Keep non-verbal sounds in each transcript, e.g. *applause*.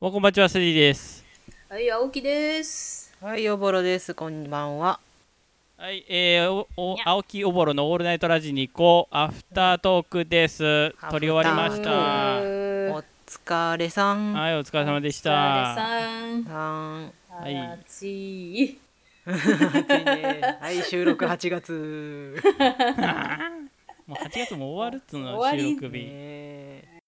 もうこんばんちは、スリーです。はい、青木です。はい、おぼろです。こんばんは。はい、えー、おおにゃ青木おぼろのオールナイトラジニコアフタートークです。ター撮り終わりまし来た。はおお疲れさん。い、お疲れ様でし疲れた。さん。さん。 *laughs* はいあらちい。はい、収録8月。もう8月も終わるっつうの終わ収り録日。ね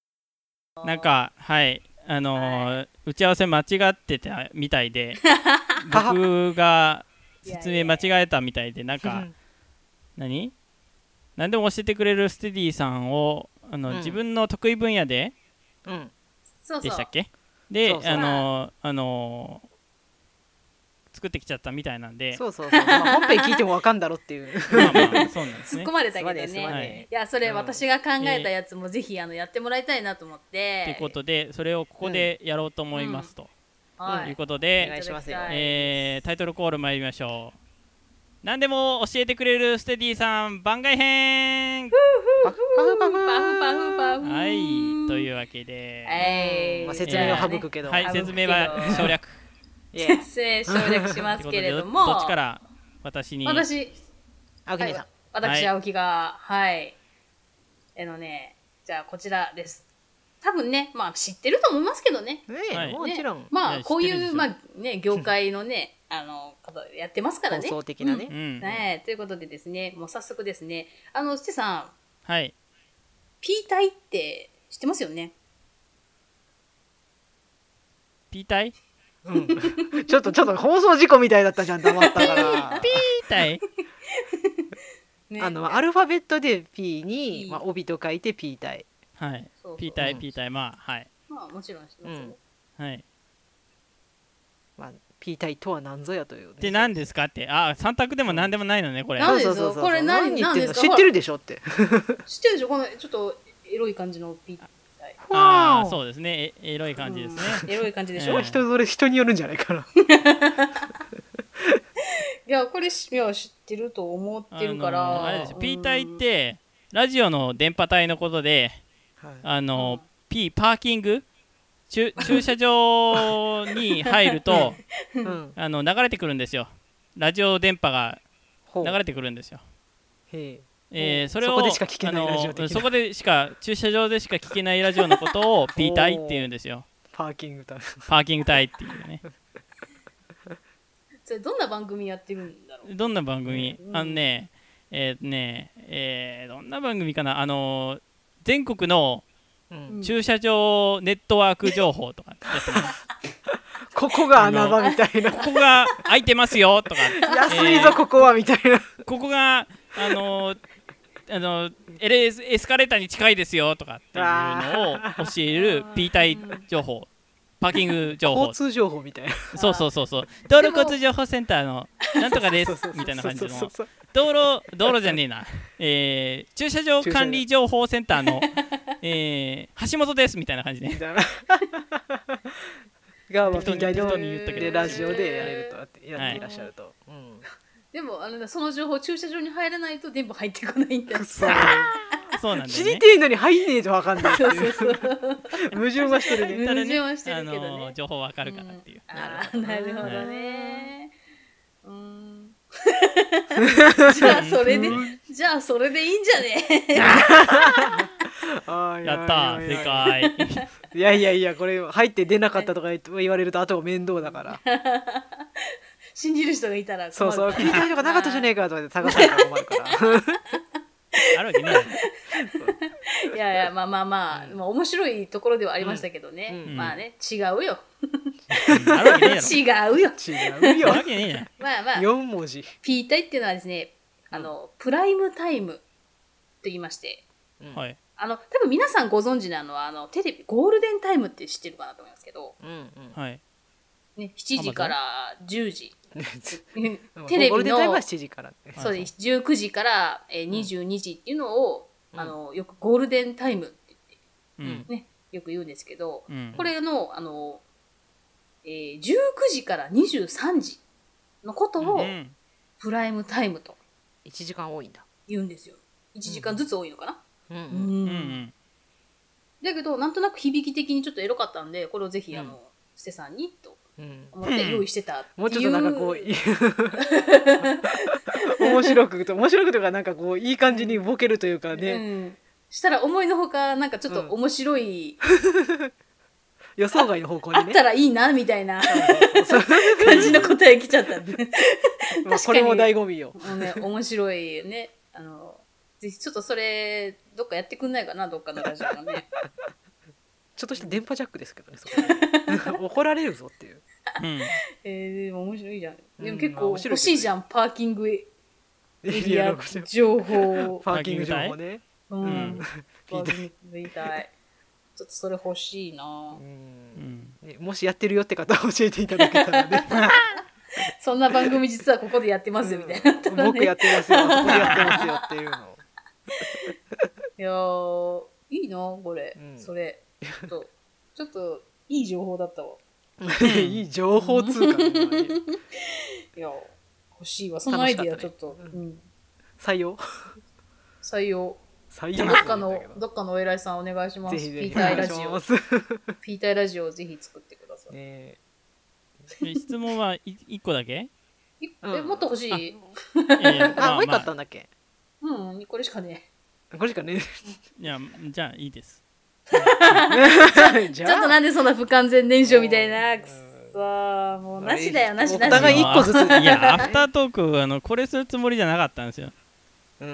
なんかはい、あのー打ち合わせ間違ってたみたいで、僕が説明間違えたみたいで、なんか何？何でも教えてくれるステディさんをあの、うん自分の得意分野でうん。そうでそしたっう。けでそうそうあのあの作ってきちゃったみたいなんでそうそうそう。まあ本編聞いてもわかんだろっていう。まあまあそうなんです *laughs* 突っね込まれたけどね。すまねねははいいいや、それ私が考えたやつもぜひあのやってもらいたいなと思っといてう。ことでそれをここでやろうと思いますと、。はいいうことおで、願いしますよただきたえータイトルコール参りましょう何でも教えてくれるステディさん番外編パフパフパフパフパフ。はいというわけで、はい。まあ説明を省くけど。はい省くけど説明は省略いじえゃあね。説明省略しますけれども。ということでどっちから私に私、あぐねさん。はい私、青木が、はい。えのね、じゃあこちらです。多分ね、まあ知ってると思いますけどね。ねはいえ、もちろんね。まいやあこう知ってるいでしうょまあね業界のねあの方やってますから放ね。送的なうね。うんん。ねということでですねもう早速ですねあのステさんはいピータイって知ってますよね。ピータイピうんちょっとちょっと放送事故みたいだったじゃん。黙ったから。ータイねあのまあアルファベットで P に P まあ帯と書いて P 体。 *laughs* はいそうそうピータイうんピータイまあはいまあもちろん知ってますよね。はいまあ P 体とは何ぞやというね。で何ですかってあ三択でも何でもないのねこれなそんうでそうそうそうこれ何言ってんの何ですか知ってるでしょって。知ってるでしょこのちょっとエロい感じのピータイ。あーう。そうですねえエロい感じですねうんエロい感じでしうょ。んい人ぞれ人によるんじゃないかな。やこれしいや知ってると思ってるかあのら。ーあれですうよんピータイってラジオの電波帯のことであのうんー P パーキング駐駐車場に入るとうん。あの流れてくるんですよラジオ電波がほう流れてくるんですよへええー、それをそこでしか聞けないあのーラジオ的なそこでしか駐車場でしか聞けないラジオのことをピータイって言うんですよパーキングタイム。パーキングタイっていうねそれどんな番組やってるんだろう。どんな番組、うんあのね、えーねえーどんな番組かな、あのー全国のうん駐車場ネットワーク情報と *laughs* かやってます、ここが穴場みたいな。 *laughs* ここが空いてますよとか、安いぞここはみたいな。ここが、あのーあのーエレエスカレーターに近いですよとかっていうのを教える P 隊情報、パーキング情報交、通情報みたいな。そうそうそうそう、道路交通情報センターのなんとかですみたいな感じのそう。そうそう道路道路じゃねえな、えー駐車場管理情報センターの、えー橋本ですみたいな感じみねたいな。がまあ適当にみたいな適当に言ったけどでラジオでやれるとやっていらっしゃると。うんでもあのその情報駐車場に入らないと電波入ってこないんだよ *laughs* く。そそうなんだ *laughs* 知よりねてえのに入んねえとわかんないってそうそいううそう。矛盾がし *laughs* てるね。ただ矛盾はしてるけどねあのー情報わかるからっていう、ああーなるほどどね。うーん。じゃあそれでじゃあそれでいいんじゃね。 *laughs* あーやったー正。解いやいやいやこれ入って出なかったとか言われると後が面倒だ *laughs* から。信じる人がいたらそ困るうそう、から聞いた人がなかったじゃねえかとかで探されたら困るから。あるわけねえよ *laughs* いやいやまあまあまあ、まあ面白いところではありましたけどね。うんまあね違うよ。うんあるわけねえや *laughs* 違うよ。 *laughs* 違うろあよる。わけねえやんまあまあ *laughs* 四文字。ピータイっていうのはですねあのプライムタイムと言いまして。はいあの多分皆さんご存知なのはあのテレビゴールデンタイムって知ってるかなと思いますけど、うんうん。はいね、7時から10時テレテレビビのの7時からね。そうです19時からえー22時っていうのを、うんあのよくゴールデンタイムってうんよく言うんですけど、うんこれのあの、えー19時から23時のことうをんプライムタイムと1時間多いんだ。言うんですよ1時間ずつ多いのかな、ううんうんうんだけどなんとなく響き的にちょっとエロかったんでこれをぜひあの、布施さんにとうん思って用意してたっていう、もうちょっとなんかこう *laughs* 面白くと面白くというかなんかこういい感じにボケるというかうね、ん、したら思いのほかなんかちょっと面白い、予想外の方向あにっねたらいいなみたいな *laughs* そう感じの答え来ちゃったんで、まあこれも醍醐味よもうね、面白いねあのぜひちょっとそれどっかやってくんないかなどっかのラジオがねちょっとした電波ジャックですけどねそ *laughs* こ怒られるぞっていううんえー、でも面白いじゃんでうもん結まあ構面白いけどね欲しいじゃんパーキングエいリやアこちら情報パーキング情報ねうん、ん聞聞いいたたいちょっとそれ欲しいなうんうんねもしやってるよって方は *laughs* 教えていただけたらねそんな番組実はここでやってますよみたいな、うん僕やってますよ僕やってますよっていうのをいやーいいなこれ、うんそれちょっとちょっといい情報だったわ *laughs* いい情報通貨の今ねいやー欲しいわそのアイディア楽ちしょかっっと、たねうん、採用採用採ど用っかのどっかのお偉いさんお願いしますぜひぜひピーおター願ラいジしオますねピーターラジオをぜひ作ってください、ええ質問はい1個だけいうんえもっと欲しいいやあもう一個あったんだっけうんこれしかねこれし *laughs* かねいやじゃあいいですじちょっとなんでそんな不完全燃焼みたいなうんくっそーもうなしだよなしなしお互い一 *laughs* 個ずつ *laughs* いやアフタートークあのこれするつもりじゃなかったんですよ、うんう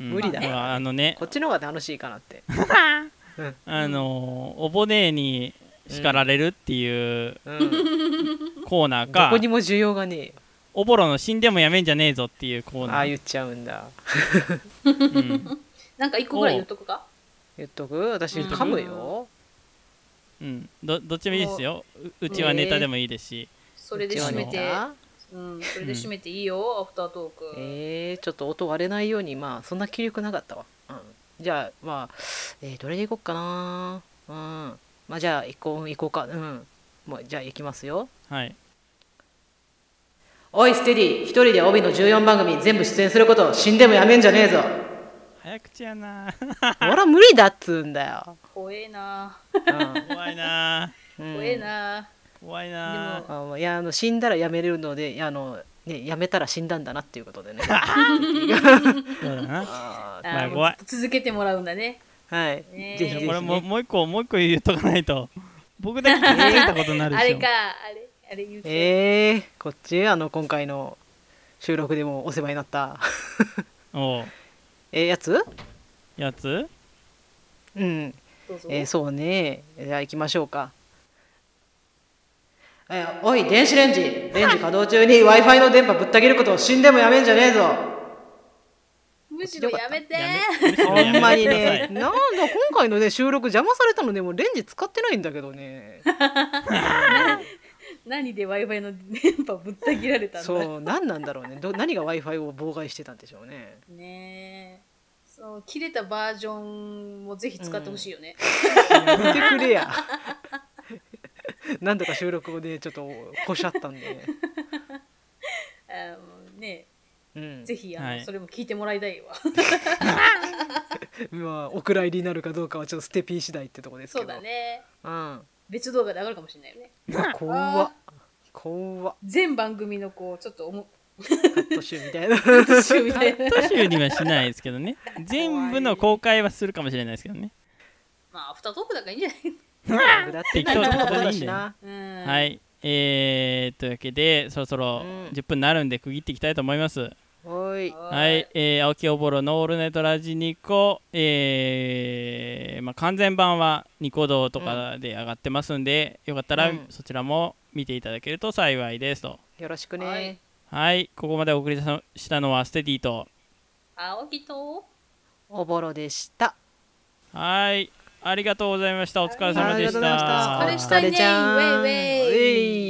ん無理だねまああのねこっちの方が楽しいかなってあのおぼねえに叱られるっていううんどコーナーか、こにも需要がねおぼろの死んでもやめんじゃねえぞっていうコーあナあー言っちゃうんだうんなんか一個ぐらい言っとくか言っとく私うん噛むようんどどっちでもいいですよううちはネタでもいいですし、それで一応締めねて、うん、それで締めていいよ、アフタートーク。えー、ちょっと音割れないようにまあそんな気力なかったわ、うん、じゃあまあ、えーどれでいこうかなうんまあじゃあ行こう行こうかうんもうじゃあ行きますよはいおいステディ一人で帯の14番組全部出演すること死んでもやめんじゃね *laughs* えぞ早口や *laughs* な俺は無理だっつうんだよ、怖えな、怖いなう *laughs* ん怖えな。怖いなあのいやあの死んだらやめれるのでいやあのねやめたら死んだんだなっていうこ *laughs* とでねそうだなああまあーも怖いう続けてもらうんだね。ーはい、ねえぜひいぜやひ、これもうね、もう一個もう一個言っとかないと僕だけ気づいたことになるあでしれょか、あれ、あれ言うて。えー、こっちあの今回の収録でもお世話になった *laughs* おうえーやつやつうん、どうぞ。えーそうねじゃあ行きましょうか、えーおい電子レンジレンジ稼働中に w i f i の電波ぶった切ることを死んでもやめんじゃねえぞむしろやめて。やめむしろほやんまめにてくださねいなんだ今回のね収録邪魔されたのでもうレンジ使ってないんだけどね *laughs* 何で Wi-Fi の電波ぶった切られたんだ。そう何なんだろうねど何が w i f i を妨害してたんでしょうねねえ。そう切れたバージョンもぜひ使ってほしいよね。やめてくれや何度か収録をねちょっとこしゃったんでね、あのねうん、ぜひあの、はいそれも聞いてもらいたいわ。まあお蔵入りになるかどうかはちょっとステピー次第ってとこですけそどうだね。うん別動画で上がるかもしれないよね。うわ怖っ怖っ全番組のこうちょっとおもカット集みたいな年みたいな。カット集にはしないですけどね全部の公開はするかもしれないですけどねまあアフタートークだからいいんじゃない。僕だって適当ななことでいいんだよだしなうん。はいえー、というわけでそろそろうん10分になるんで区切っていきたいと思います、おいはい、えー、青木おぼろのオールナイトラジニコ、えーまあ、完全版はニコ動とかで上がってますんで、よかったらうんそちらも見ていただけると幸いですと。よろしくはいねはい、ここまでお送りしたしたのはステディと、青木とおぼろでしたはい、ありがとうございました。お疲れ様でした。ありがとうございましたお疲れ様でしたお疲れちゃんウェイウェイウェイ